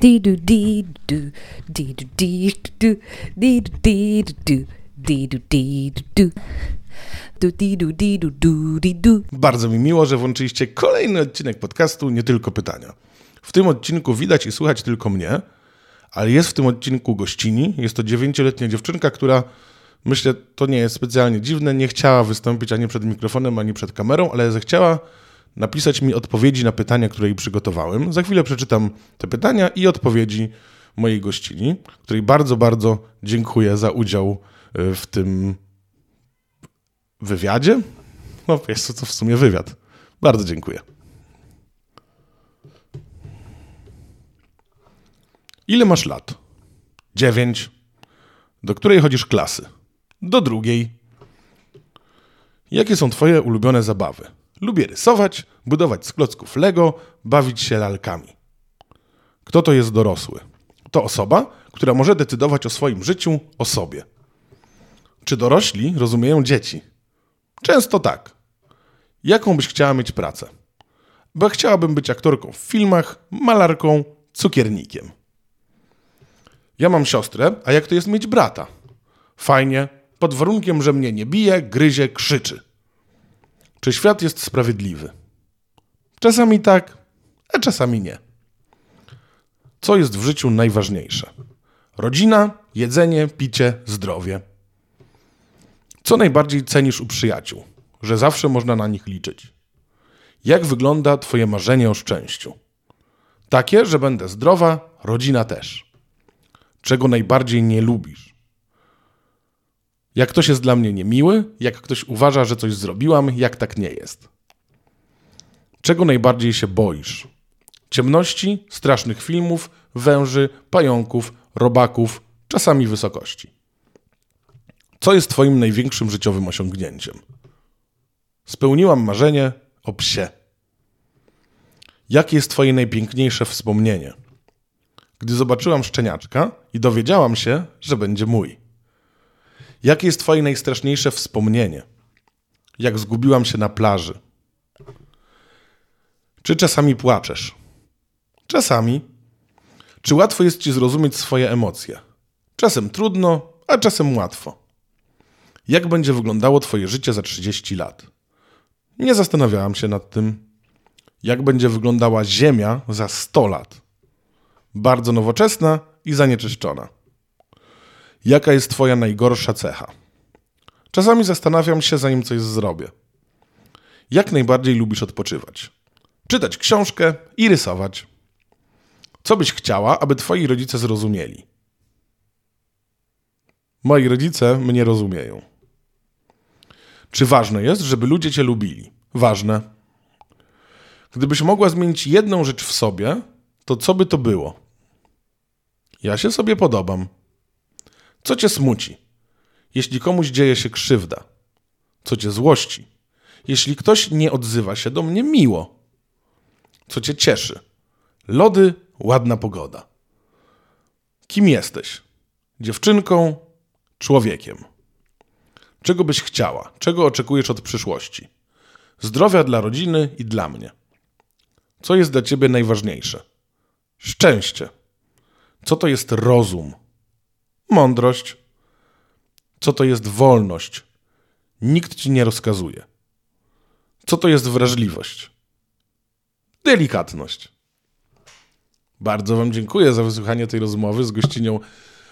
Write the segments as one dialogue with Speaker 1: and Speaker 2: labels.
Speaker 1: Di-du, di-du, di-du, di-du, di-du, di-du, di-du, di-du. Du, di-du, di-du, du, di-du.
Speaker 2: Bardzo mi miło, że włączyliście kolejny odcinek podcastu Nie Tylko Pytania. W tym odcinku widać i słychać tylko mnie, ale jest w tym odcinku gościni. Jest to dziewięcioletnia dziewczynka, która myślę, to nie jest specjalnie dziwne, nie chciała wystąpić ani przed mikrofonem, ani przed kamerą, ale zechciała napisać mi odpowiedzi na pytania, które jej przygotowałem. Za chwilę przeczytam te pytania i odpowiedzi mojej gościni, której bardzo, bardzo dziękuję za udział y, w tym wywiadzie? No jest to, co w sumie wywiad. Bardzo dziękuję. Ile masz lat? Dziewięć. Do której chodzisz klasy? Do drugiej. Jakie są twoje ulubione zabawy? Lubię rysować, budować z klocków Lego, bawić się lalkami. Kto to jest dorosły? To osoba, która może decydować o swoim życiu, o sobie. Czy dorośli rozumieją dzieci? Często tak. Jaką byś chciała mieć pracę? Bo chciałabym być aktorką w filmach, malarką, cukiernikiem. Ja mam siostrę, a jak to jest mieć brata? Fajnie, pod warunkiem, że mnie nie bije, gryzie, krzyczy. Czy świat jest sprawiedliwy? Czasami tak, a czasami nie. Co jest w życiu najważniejsze? Rodzina, jedzenie, picie, zdrowie. Co najbardziej cenisz u przyjaciół? Że zawsze można na nich liczyć. Jak wygląda Twoje marzenie o szczęściu? Takie, że będę zdrowa, rodzina też. Czego najbardziej nie lubisz? Jak ktoś jest dla mnie niemiły, jak ktoś uważa, że coś zrobiłam, jak tak nie jest. Czego najbardziej się boisz? Ciemności, strasznych filmów, węży, pająków, robaków, czasami wysokości. Co jest Twoim największym życiowym osiągnięciem? Spełniłam marzenie o psie. Jakie jest Twoje najpiękniejsze wspomnienie? Gdy zobaczyłam szczeniaczka i dowiedziałam się, że będzie mój. Jakie jest Twoje najstraszniejsze wspomnienie? Jak zgubiłam się na plaży. Czy czasami płaczesz? Czasami. Czy łatwo jest Ci zrozumieć swoje emocje? Czasem trudno, a czasem łatwo. Jak będzie wyglądało Twoje życie za 30 lat? Nie zastanawiałam się nad tym. Jak będzie wyglądała Ziemia za 100 lat? Bardzo nowoczesna i zanieczyszczona. Jaka jest Twoja najgorsza cecha? Czasami zastanawiam się, zanim coś zrobię. Jak najbardziej lubisz odpoczywać? Czytać książkę i rysować. Co byś chciała, aby Twoi rodzice zrozumieli? Moi rodzice mnie rozumieją. Czy ważne jest, żeby ludzie cię lubili? Ważne. Gdybyś mogła zmienić jedną rzecz w sobie, to co by to było? Ja się sobie podobam. Co cię smuci? Jeśli komuś dzieje się krzywda. Co cię złości? Jeśli ktoś nie odzywa się do mnie miło. Co cię cieszy? Lody, ładna pogoda. Kim jesteś? dziewczynką, człowiekiem. Czego byś chciała? Czego oczekujesz od przyszłości? Zdrowia dla rodziny i dla mnie. Co jest dla ciebie najważniejsze? Szczęście. Co to jest rozum? Mądrość. Co to jest wolność? Nikt ci nie rozkazuje. Co to jest wrażliwość? Delikatność. Bardzo Wam dziękuję za wysłuchanie tej rozmowy z gościnią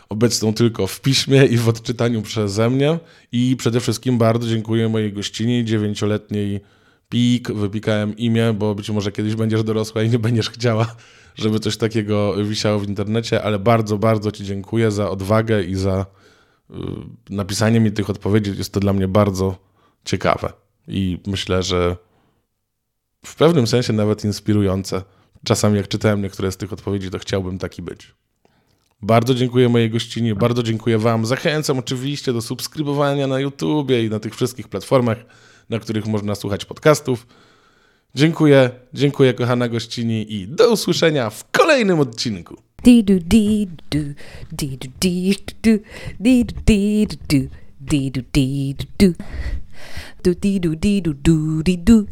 Speaker 2: obecną tylko w piśmie i w odczytaniu przeze mnie. I przede wszystkim bardzo dziękuję mojej gościni, dziewięcioletniej Pik. Wypikałem imię, bo być może kiedyś będziesz dorosła i nie będziesz chciała, żeby coś takiego wisiało w internecie, ale bardzo, bardzo Ci dziękuję za odwagę i za y, napisanie mi tych odpowiedzi. Jest to dla mnie bardzo ciekawe i myślę, że w pewnym sensie nawet inspirujące. Czasami jak czytałem niektóre z tych odpowiedzi, to chciałbym taki być. Bardzo dziękuję mojej gościnie, bardzo dziękuję Wam. Zachęcam oczywiście do subskrybowania na YouTubie i na tych wszystkich platformach, na których można słuchać podcastów. Dziękuję, dziękuję kochana gościni i do usłyszenia w kolejnym odcinku.
Speaker 1: Di-du, di-du, di-du, di-du, di-du, di-du, di-du, di-du. Du, di-du, di-du, du, di-du.